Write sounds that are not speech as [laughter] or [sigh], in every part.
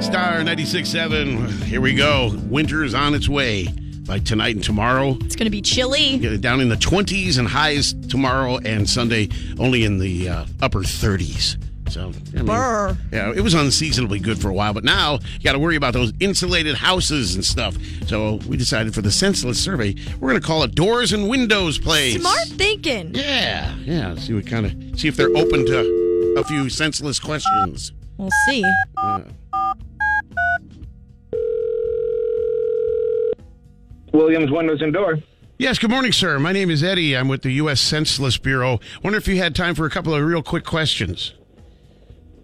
Star 96.7. Here we go. Winter is on its way by tonight and tomorrow. It's going to be chilly. Get it Down in the 20s and highs tomorrow and Sunday, only in the uh, upper 30s. So, I mean, Brr. yeah, it was unseasonably good for a while, but now you got to worry about those insulated houses and stuff. So, we decided for the senseless survey, we're going to call it Doors and Windows Place. Smart thinking. Yeah, yeah. See what kind of see if they're open to a few senseless questions. We'll see. Williams Windows and Door. Yes, good morning, sir. My name is Eddie. I'm with the U.S. Senseless Bureau. Wonder if you had time for a couple of real quick questions.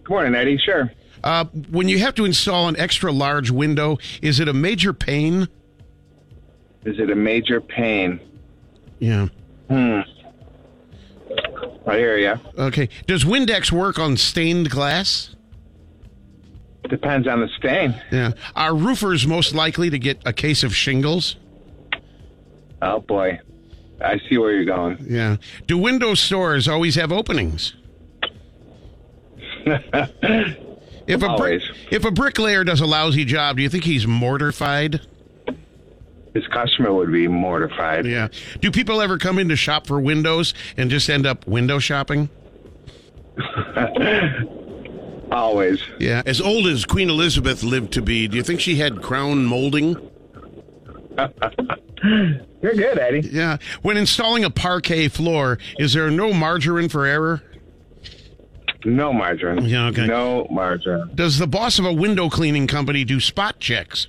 Good morning, Eddie. Sure. Uh, when you have to install an extra large window, is it a major pain? Is it a major pain? Yeah. I hear ya. Okay. Does Windex work on stained glass? Depends on the stain. Yeah. Are roofers most likely to get a case of shingles? Oh boy, I see where you're going. Yeah. Do window stores always have openings? if a brick, Always. if a bricklayer does a lousy job, do you think he's mortified? His customer would be mortified. Yeah. Do people ever come in to shop for windows and just end up window shopping? Always. Yeah. As old as Queen Elizabeth lived to be, do you think she had crown molding? You're good, Eddie. Yeah. When installing a parquet floor, is there no margarine for error? No margarine. Yeah, okay. No margarine. Does the boss of a window cleaning company do spot checks?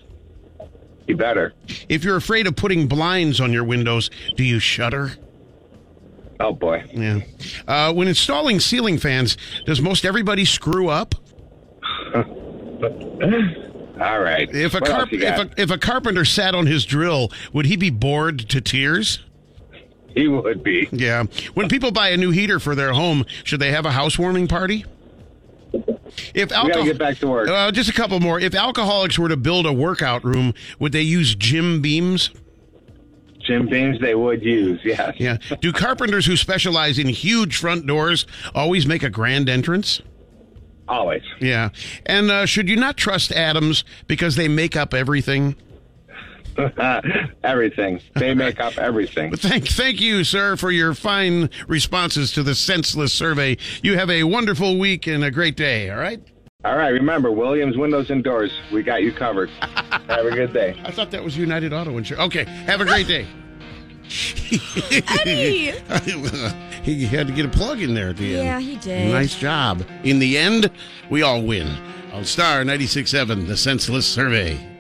You better. If you're afraid of putting blinds on your windows, do you shudder? Oh boy. Yeah. Uh, when installing ceiling fans, does most everybody screw up? All right. If a, what carp- else you if got? a if a carpenter sat on his drill, would he be bored to tears? he would be. Yeah. When people buy a new heater for their home, should they have a housewarming party? If alcohol, get back to work. Uh, just a couple more. If alcoholics were to build a workout room, would they use gym beams? Jim Beams, they would use. Yes. Yeah. Do carpenters who specialize in huge front doors always make a grand entrance? Always. [laughs] Yeah. And uh, should you not trust Adams because they make up everything? everything. They make up everything. But thank, thank you, sir, for your fine responses to the senseless survey. You have a wonderful week and a great day. All right. All right. Remember, Williams Windows and Doors. We got you covered. Have a good day. I thought that was United Auto Insurance. Okay. Have a great [laughs] day. [laughs] Eddie! he had to get a plug in there at the end. Yeah, he did. Nice job. In the end, we all win. On Star 96.7, The Senseless Survey.